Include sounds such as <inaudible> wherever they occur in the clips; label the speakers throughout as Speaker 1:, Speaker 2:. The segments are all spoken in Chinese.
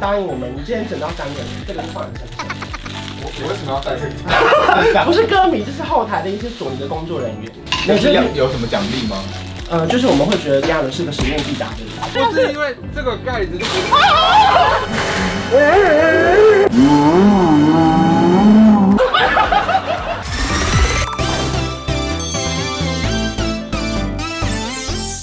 Speaker 1: 像我们今天整到三个人，这个是放在身上。
Speaker 2: 我我为什么要带这个？
Speaker 1: <laughs> 不是歌迷，就是后台的一些索尼的工作人员。
Speaker 2: 那
Speaker 1: 每次
Speaker 2: 是要有什么奖励吗？
Speaker 1: 呃，就是我们会觉得这样的是个使命必达的。
Speaker 3: 不是因为这个盖子就不是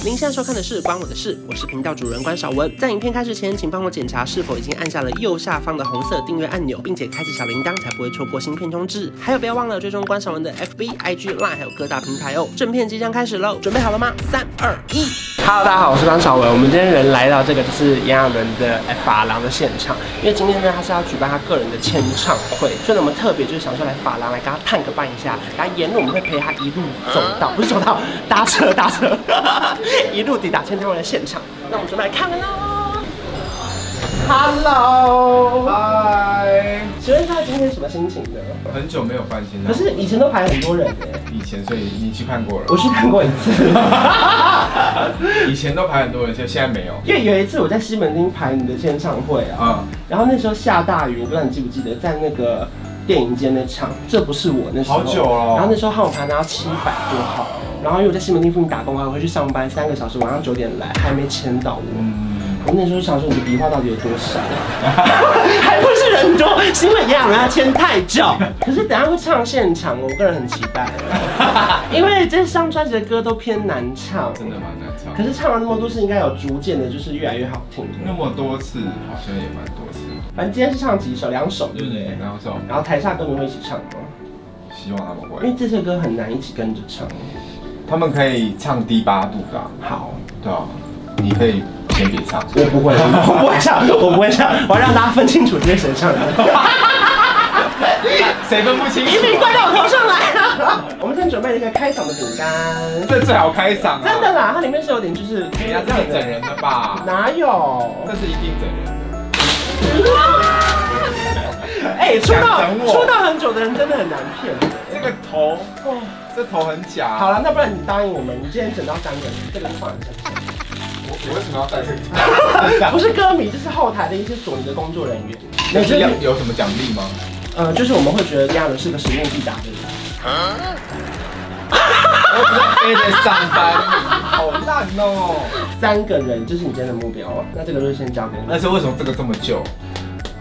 Speaker 1: 您现在收看的是《关我的事》，我是频道主人关少文。在影片开始前，请帮我检查是否已经按下了右下方的红色订阅按钮，并且开启小铃铛，才不会错过新片通知。还有，不要忘了追踪关少文的 FB、IG、Line，还有各大平台哦。正片即将开始喽，准备好了吗？三、二、一。Hello，大家好，我是关少文。我们今天人来到这个就是炎亚纶的法郎的现场，因为今天呢他是要举办他个人的签唱会，所以呢我们特别就是想说来法郎来跟他探个伴一下，然后沿路我们会陪他一路走到，不是走到搭车搭车， <laughs> 一路抵达签唱会的现场。那我们准备来看了喽。Hello，
Speaker 2: 嗨，
Speaker 1: 请问大家今天什么心情呢？
Speaker 2: 很久没有翻新了。
Speaker 1: 可是以前都排很多人耶，
Speaker 2: 以前，所以你去看过了。
Speaker 1: <laughs> 我去看过一次。
Speaker 2: 以前都排很多人，现现在没有。
Speaker 1: 因为有一次我在西门町排你的签唱会啊，
Speaker 2: 啊，
Speaker 1: 然后那时候下大雨，我不知道你记不记得，在那个电影街那场，这不是我那时候，
Speaker 2: 好久了
Speaker 1: 然后那时候号码牌拿到七百多号，然后因为我在西门町附近打工，还回去上班三个小时，晚上九点来，还没签到我。
Speaker 2: 嗯，
Speaker 1: 我那时候想说，你的笔画到底有多
Speaker 2: <laughs>
Speaker 1: 少？还不是人多，是因为炎亚纶他签太久。可是等一下会唱现场，我个人很期待，因为这张专辑的歌都偏难唱，
Speaker 2: 真的蛮难唱。
Speaker 1: 可是唱了那么多次，应该有逐渐的，就是越来越好听。
Speaker 2: 那么多次，好像也蛮多次。
Speaker 1: 反正今天是唱几首，两首，对不对？
Speaker 2: 对，然后说
Speaker 1: 然后台下歌迷会一起唱吗？
Speaker 2: 希望他们
Speaker 1: 因为
Speaker 2: 会，
Speaker 1: 这首歌很难一起跟着唱。
Speaker 2: 他们可以唱低八度的啊，
Speaker 1: 好，
Speaker 2: 对啊，你可以先别
Speaker 1: <laughs>
Speaker 2: 唱。
Speaker 1: 我不会，我不会唱，我不会唱，我要让大家分清楚这是谁唱的。
Speaker 2: 谁分不清啊
Speaker 1: 一定怪到我头上来啊了。 <laughs> 我们先准备了一个开嗓的饼干，
Speaker 2: 这最好开嗓啊！
Speaker 1: 真的，啦，它里面是有点就是
Speaker 2: 你要这样整人的吧？
Speaker 1: 哪 <laughs> 有？
Speaker 2: 这是一定整人的。
Speaker 1: 哎，出道
Speaker 2: 想整我
Speaker 1: 出道很久的人真的很难骗。
Speaker 2: 这个头，哦这头很假。
Speaker 1: 好了，那不然你答应我们，你今天整到三个人，这个就放在身上。
Speaker 2: 我我为什么要带 <laughs> 这
Speaker 1: <laughs>
Speaker 2: 个？
Speaker 1: 不是歌迷，就是后台的一些索尼的工作人员。
Speaker 2: 那是要有什么奖励吗？
Speaker 1: 呃，就是我们会觉得这样的是个使命必达的人。
Speaker 2: 我只是非得上班，好烂哦。
Speaker 1: 三个人，这是你今天的目标啊。那这个就先交给你。
Speaker 2: 但是为什么这个这么旧？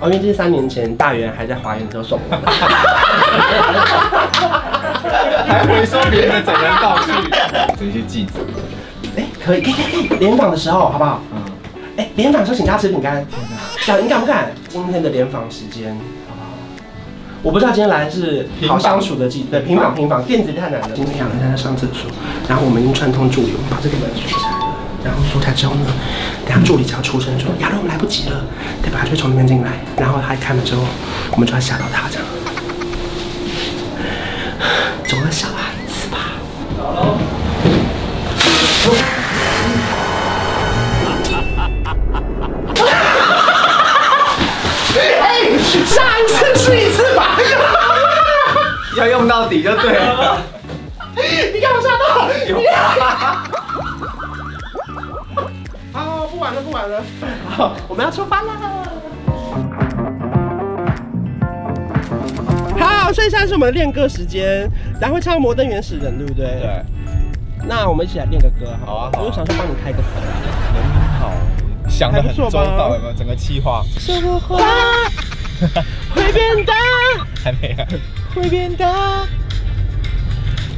Speaker 1: 哦，因为这是三年前大元还在华研的时候送我的。
Speaker 2: <laughs> 还回收别人的整人道具？这些记者，
Speaker 1: 哎，可以，可以，可以，可以联访的时候好不好？
Speaker 2: <laughs> 嗯，
Speaker 1: 哎，联访的时候请大家吃饼干。小林敢不敢？今天的联访时间好不好？我不知道今天来是好相处的记对平访平访电子太难了。今天两个人在上厕所，然后我们用串通助理，我们把这个门锁起来了。然后锁起来之后呢，等下助理只要出声说亚伦我们来不及了，对吧？他就会从里面进来，然后他一开门之后，我们就要吓到他这样。总要吓他一次吧。哎， <laughs> 下一次是一次吧。 <laughs>
Speaker 2: 要用到底就对了。
Speaker 1: 你干嘛吓到？
Speaker 2: <laughs> 有
Speaker 1: 你啊，不玩了，不玩了， <laughs> 好，我们要出发啦！好，所以现在是我们的练歌时间，然后会唱《摩登原始人》，对不对？
Speaker 2: 对。，
Speaker 1: 那我们一起来练个歌，好不
Speaker 2: 好啊好啊
Speaker 1: 我想说帮你开个 <laughs> 嗓。
Speaker 2: 好，想得很周到，有没有？整个计划
Speaker 1: 说话会变大，
Speaker 2: 还没啊？
Speaker 1: 会变大，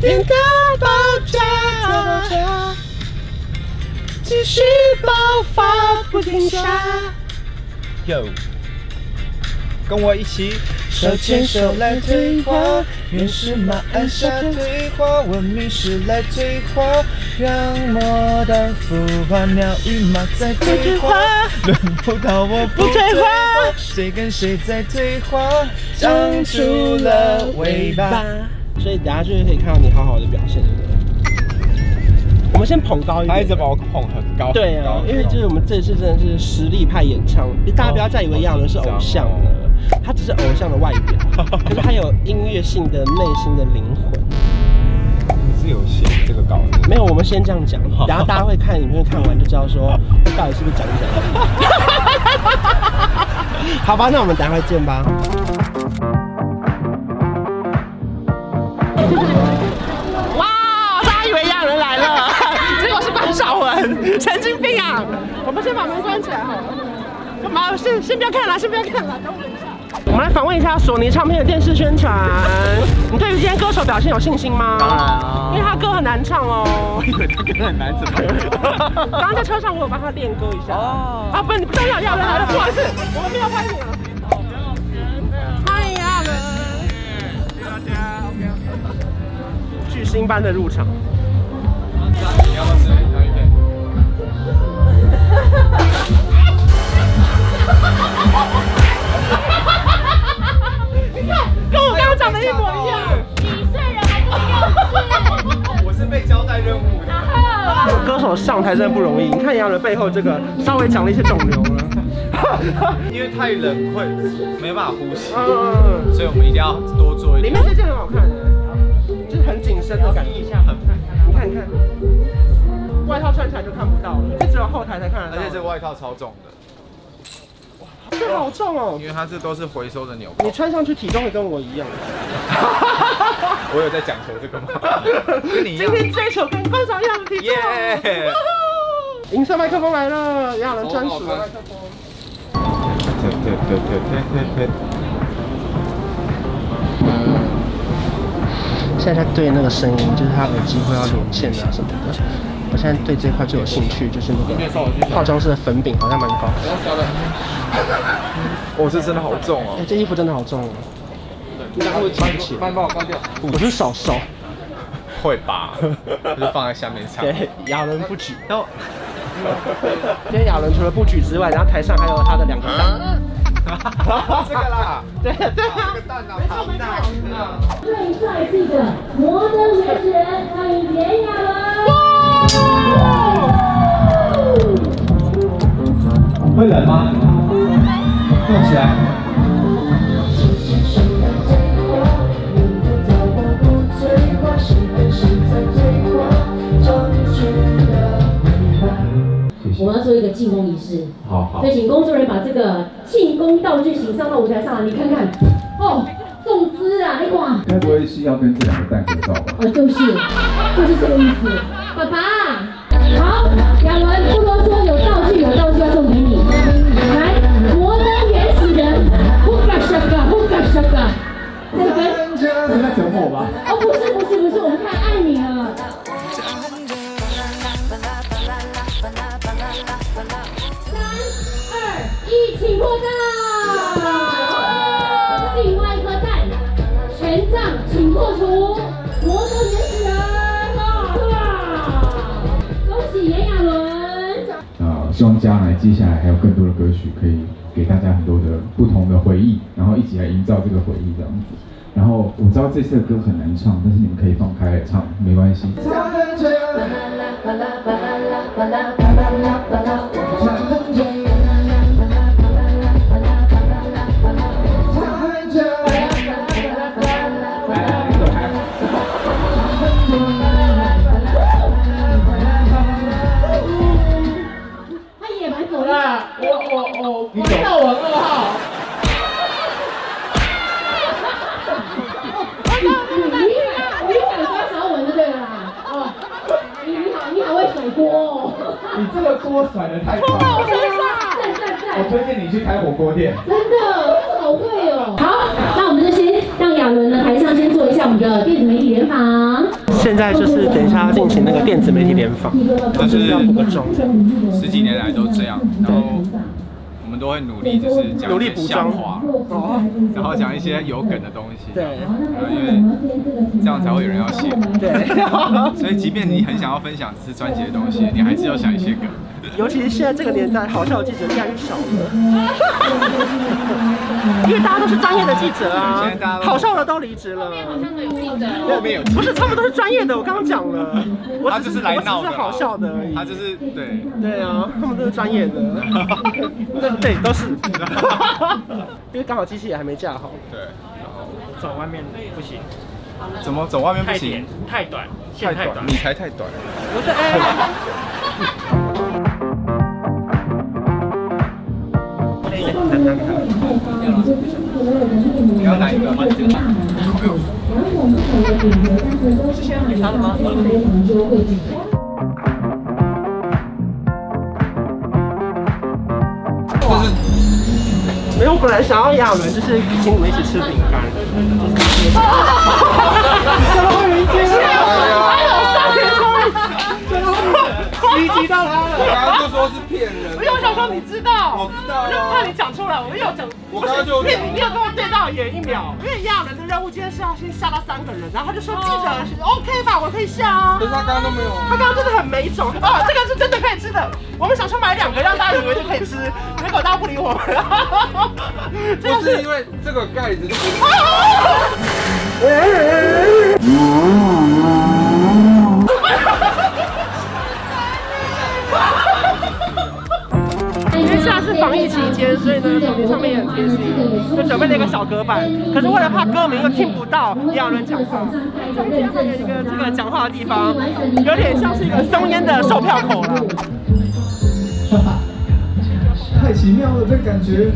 Speaker 1: 变大爆炸，继续爆发不停下。
Speaker 2: <laughs> 哟，跟我一起
Speaker 1: 手牵手来退化，
Speaker 2: 原始马
Speaker 1: 按下
Speaker 2: 退化，文明是来退化，让摩登腐化，鸟与马在
Speaker 1: 退化，
Speaker 2: 轮不到我
Speaker 1: 不退化，
Speaker 2: 谁跟谁在退化，
Speaker 1: 长出了尾巴。。所以等下就是可以看到你好好的表现，对不对？我们先捧高一点。
Speaker 2: 他一直把我捧很高，
Speaker 1: 对
Speaker 2: 很
Speaker 1: 啊
Speaker 2: 高，
Speaker 1: 因为就是我们这次真的是实力派演唱，大家不要再以为亚伦是偶像了，他只是偶像的外表，可是他有音乐性的内心的灵魂。
Speaker 2: 你是有写这个稿 <laughs> 的，
Speaker 1: <laughs> 没有，我们先这样讲 <laughs>
Speaker 2: 好，
Speaker 1: 然后大家会看影片看完就知道说到底是不是讲一讲。 <laughs> 好吧，那我们等一会见吧。哇，大家以为亚人来了， <laughs> 结果是班少文，神经病啊！我们先把门关起来好了。干嘛？先先不要看了，先不要看了，等我一下。我们来访问一下索尼唱片的电视宣传。你对于今天歌手表现有信心吗？当然啊，因为他歌很难唱哦。 <laughs> 刚刚在车上我有帮他练歌一下。哦。啊，不，你不要要要人来了，不好意思，我们没有欢迎你了。欢迎亚伦。谢谢大家。巨星般的入场。 <laughs> 跟我刚刚讲的一模一样。
Speaker 4: 几岁人还不一样
Speaker 2: 我是被交代任务的。
Speaker 4: 事？
Speaker 1: 歌手上台真的不容易，你看杨的背后这个稍微长了一些肿瘤了。 <laughs>
Speaker 2: 因为太冷会没办法呼吸，
Speaker 1: 嗯，
Speaker 2: 所以我们一定要多做一
Speaker 1: 里
Speaker 2: 点。
Speaker 1: 面这件很好看欸，就是很紧身的感觉。
Speaker 2: 一下很，
Speaker 1: 你看，你看，外套穿起来就看不到了，就只有后台才看得
Speaker 2: 而
Speaker 1: 到。
Speaker 2: 且这个外套超重的，
Speaker 1: 这个好重哦、
Speaker 2: 因为它这都是回收的纽
Speaker 1: 你
Speaker 2: 扣。
Speaker 1: 穿上去体重会跟我一样。
Speaker 2: 我有在讲求这个吗？ <laughs> 跟你一
Speaker 1: 今
Speaker 2: 样。
Speaker 1: 天追求跟观赏一样的体重。
Speaker 2: 耶！
Speaker 1: 银色麦克风来了，亚伦专属
Speaker 3: 哦好
Speaker 1: 麦
Speaker 3: 看
Speaker 1: 克风。
Speaker 2: 对对对对 <laughs> 对对对。
Speaker 1: 现在他对那个声音，就是他耳机会要连线啊什么的。我现在对这块就有兴趣，就是那个化妆师的粉饼好像蛮高。
Speaker 2: 哦，这真的好重
Speaker 1: 哎、
Speaker 2: 哦。
Speaker 1: 这衣服真的好重哦、你拿我举起，
Speaker 3: 帮帮我关掉。
Speaker 1: 我是手手。
Speaker 2: 会吧？就放在下面
Speaker 1: <laughs>
Speaker 2: 唱。
Speaker 1: 对，亚伦不举。
Speaker 2: 然后，
Speaker 1: 今天亚伦除了不举之外，然后台上还有他的两个蛋。
Speaker 2: <laughs> 啊 <laughs> 这个啦，
Speaker 1: 对对啊，
Speaker 4: 最帅气的摩登原始人，欢迎炎亚纶。
Speaker 2: 会冷吗？动起来。
Speaker 4: 我们要做一个庆功仪式，
Speaker 2: 好好
Speaker 4: 所以请工作人员把这个庆功道具请上到舞台上来，你看看，哦，重资啊，哎哇，
Speaker 2: 该不会是要跟这两个蛋合照吧？
Speaker 4: 哦，就是，就是这个意思。爸爸，好，亚伦不多说，有道具，有道具要送给你。来，摩登原始人，呼嘎沙嘎，呼嘎沙嘎。这个跟
Speaker 2: 是在整我吧？
Speaker 4: 哦，不是不是不是，我们太爱你了。三二一，起破蛋！另外一颗蛋，权杖请破除，魔都原始人，哇！恭喜炎亚纶。
Speaker 5: 呃，希望将来接下来还有更多的歌曲可以给大家很多的不同的回忆，然后一起来营造这个回忆这样子。然后我知道这次的歌很难唱，但是你们可以放开来唱，没关系。
Speaker 4: 他野蛮走了，我我我，你走到我二号。你你你敢关小文就对了啦，哦，你你好你好会甩锅哦，
Speaker 5: 你这个锅甩的太棒了，
Speaker 4: 赞赞赞
Speaker 5: 我。推荐你去开火锅店。
Speaker 4: 真的好会哦！好，那我们就先让亚伦呢台上先做一下我们的电子媒体联访。
Speaker 1: 现在就是等一下要进行那个电子媒体联访，
Speaker 2: 但是
Speaker 1: 要五个钟，
Speaker 2: 十几年来都这样，然后我们都会努力，就是讲
Speaker 1: 努
Speaker 2: 一
Speaker 1: 力
Speaker 2: 些
Speaker 1: 补
Speaker 2: 笑
Speaker 1: 妆
Speaker 2: 话，
Speaker 1: 哦，
Speaker 2: 然后讲一些有梗的东西。
Speaker 1: 对
Speaker 2: 然后因为这样才会有人要写。
Speaker 1: 对。
Speaker 2: 所以即便你很想要分享这次专辑的东西，你还是要想一些
Speaker 1: <laughs>
Speaker 2: 梗。
Speaker 1: 尤其是现在这个年代，好笑的记者越来越少了，因为大家都是专业的记者啊
Speaker 2: 现在大家，都
Speaker 1: 好笑的都离职了。
Speaker 2: 后面有记
Speaker 1: 不是，他们都是专业的，我刚刚讲了，我
Speaker 2: 他
Speaker 1: 只
Speaker 2: 就是来闹
Speaker 1: 我只
Speaker 2: 的
Speaker 1: 是
Speaker 2: 啦，
Speaker 1: 好笑的而已。
Speaker 2: 他就是对。
Speaker 1: 对啊，他们都是专业
Speaker 2: <laughs>
Speaker 1: 的，那对都是， <laughs> 因为刚好机器也还没架好，
Speaker 2: 对，
Speaker 6: 走外面不行，
Speaker 2: 怎么走外面不
Speaker 6: 太
Speaker 2: 行
Speaker 6: 点？太短，线太短
Speaker 2: 你。才太短。
Speaker 1: 不是哎。
Speaker 7: 拿给他们。
Speaker 4: 你要哪一个？我这个。是现在给他的吗？
Speaker 7: 没有，我本来想要雅伦就是请你们一起吃饼干，你提到他了。
Speaker 8: 刚刚就说是骗人，
Speaker 1: 因为我想说你知道，
Speaker 8: 我知道啊
Speaker 1: 就怕你讲出来，我又有讲，
Speaker 8: 我刚刚
Speaker 1: <laughs>
Speaker 8: 就有
Speaker 1: 因为
Speaker 8: 讲
Speaker 1: 你有跟我对到眼一秒，因为亚人的任务今天是要先吓到三个人，然后他就说记者是 OK 吧，我可以吓啊
Speaker 8: 可。是他刚刚都没有。
Speaker 1: 他刚刚真的很没种哦，这个是真的可以吃的。我们想说买两个让大家以为就可以吃，结果大家不理我们。这
Speaker 8: 不
Speaker 1: 个
Speaker 8: 是因为这个盖子就不是
Speaker 4: 因
Speaker 1: 因
Speaker 4: 为
Speaker 1: 为
Speaker 4: 现
Speaker 1: 现在
Speaker 4: 在是
Speaker 1: 是
Speaker 4: 防
Speaker 1: 防
Speaker 4: 疫
Speaker 1: 疫
Speaker 4: 期
Speaker 1: 期
Speaker 4: 间，
Speaker 1: 间，
Speaker 4: 所
Speaker 1: 所
Speaker 4: 以
Speaker 1: 以
Speaker 4: 呢
Speaker 1: 呢，
Speaker 4: 上
Speaker 1: 上
Speaker 4: 面
Speaker 1: 面
Speaker 4: 也
Speaker 1: 也
Speaker 4: 很
Speaker 1: 很
Speaker 4: 贴
Speaker 1: 贴
Speaker 4: 心
Speaker 1: 心，
Speaker 4: 就
Speaker 1: 就
Speaker 4: 准
Speaker 1: 准备
Speaker 4: 备了
Speaker 1: 了
Speaker 4: 一
Speaker 1: 一
Speaker 4: 个
Speaker 1: 个
Speaker 4: 小
Speaker 1: 小
Speaker 4: 隔
Speaker 1: 隔
Speaker 4: 板
Speaker 1: 板。
Speaker 4: 可
Speaker 1: 可
Speaker 4: 是
Speaker 1: 是
Speaker 4: 为
Speaker 1: 为
Speaker 4: 了
Speaker 1: 了
Speaker 4: 怕
Speaker 1: 怕
Speaker 4: 歌
Speaker 1: 歌
Speaker 4: 迷
Speaker 1: 迷
Speaker 4: 又
Speaker 1: 又
Speaker 4: 听
Speaker 1: 听
Speaker 4: 不
Speaker 1: 不
Speaker 4: 到
Speaker 1: 到
Speaker 4: 亚
Speaker 1: 亚
Speaker 4: 伦
Speaker 1: 伦
Speaker 4: 讲
Speaker 1: 讲
Speaker 4: 话
Speaker 1: 话，所
Speaker 4: 所以
Speaker 1: 以
Speaker 4: 今
Speaker 1: 今
Speaker 4: 天
Speaker 1: 天换成一个
Speaker 4: 换成一个这
Speaker 1: 这个
Speaker 4: 个讲
Speaker 1: 讲
Speaker 4: 话
Speaker 1: 话
Speaker 4: 的
Speaker 1: 的
Speaker 4: 地
Speaker 1: 地
Speaker 4: 方
Speaker 1: 方，
Speaker 4: 有
Speaker 1: 有
Speaker 4: 点
Speaker 1: 点
Speaker 4: 像
Speaker 1: 像是
Speaker 4: 是一
Speaker 1: 一
Speaker 4: 个
Speaker 1: 个
Speaker 4: 松
Speaker 1: 松
Speaker 4: 烟
Speaker 1: 烟
Speaker 4: 的
Speaker 1: 的
Speaker 4: 售
Speaker 1: 售
Speaker 4: 票
Speaker 1: 票
Speaker 4: 口
Speaker 1: 口
Speaker 4: 了
Speaker 1: 了。
Speaker 9: 太奇妙了，这个感觉。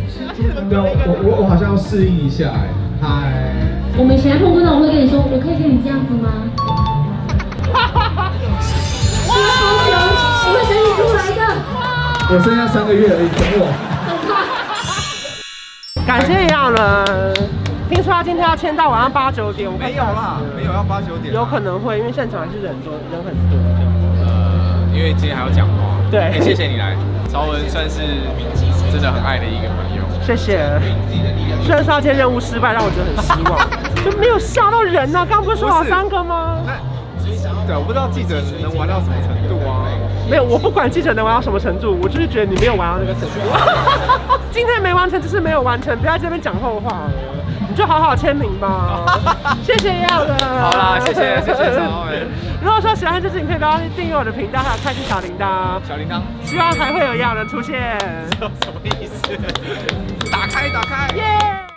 Speaker 9: 对，我我我好像要适应一下哎。嗨，
Speaker 4: 我们以前碰过那种会跟你说，我可以跟你这样子吗？哇！我会等你出来的，
Speaker 9: 我剩下三个月而已，等我。
Speaker 4: 很快。
Speaker 1: 感谢亚伦，听说他今天要签到晚上八九点，我没有啦，
Speaker 2: 没有要八九点，啊
Speaker 1: 有可能会，因为现场还是人多，人很多这样。
Speaker 2: 呃，因为今天还要讲话。
Speaker 1: 对
Speaker 2: 哎谢谢你来，曹文算是真的很爱的一个朋友。
Speaker 1: 谢谢。虽然说他今天任务失败，让我觉得很失
Speaker 2: <laughs>
Speaker 1: 望，就没有吓到人呐、啊。刚不是说好三个吗？
Speaker 2: 那哎对，我不知道记者能玩到什么程度啊。
Speaker 1: 没有，我不管记者能玩到什么程度，我就是觉得你没有玩到那个程度。 <laughs> 今天没完成就是没有完成，不要在这边讲后话了，你就好好签名
Speaker 2: <laughs>
Speaker 1: 吧。谢谢亚伦。
Speaker 2: 好啦谢谢谢谢稍微
Speaker 1: 如果说喜欢这支影片，不要忘记订阅我的频道，还有开启小铃铛。
Speaker 2: 小铃铛， <laughs>
Speaker 1: 希望还会有亚伦出现。
Speaker 2: 什么意思？打开，打开。
Speaker 1: 耶！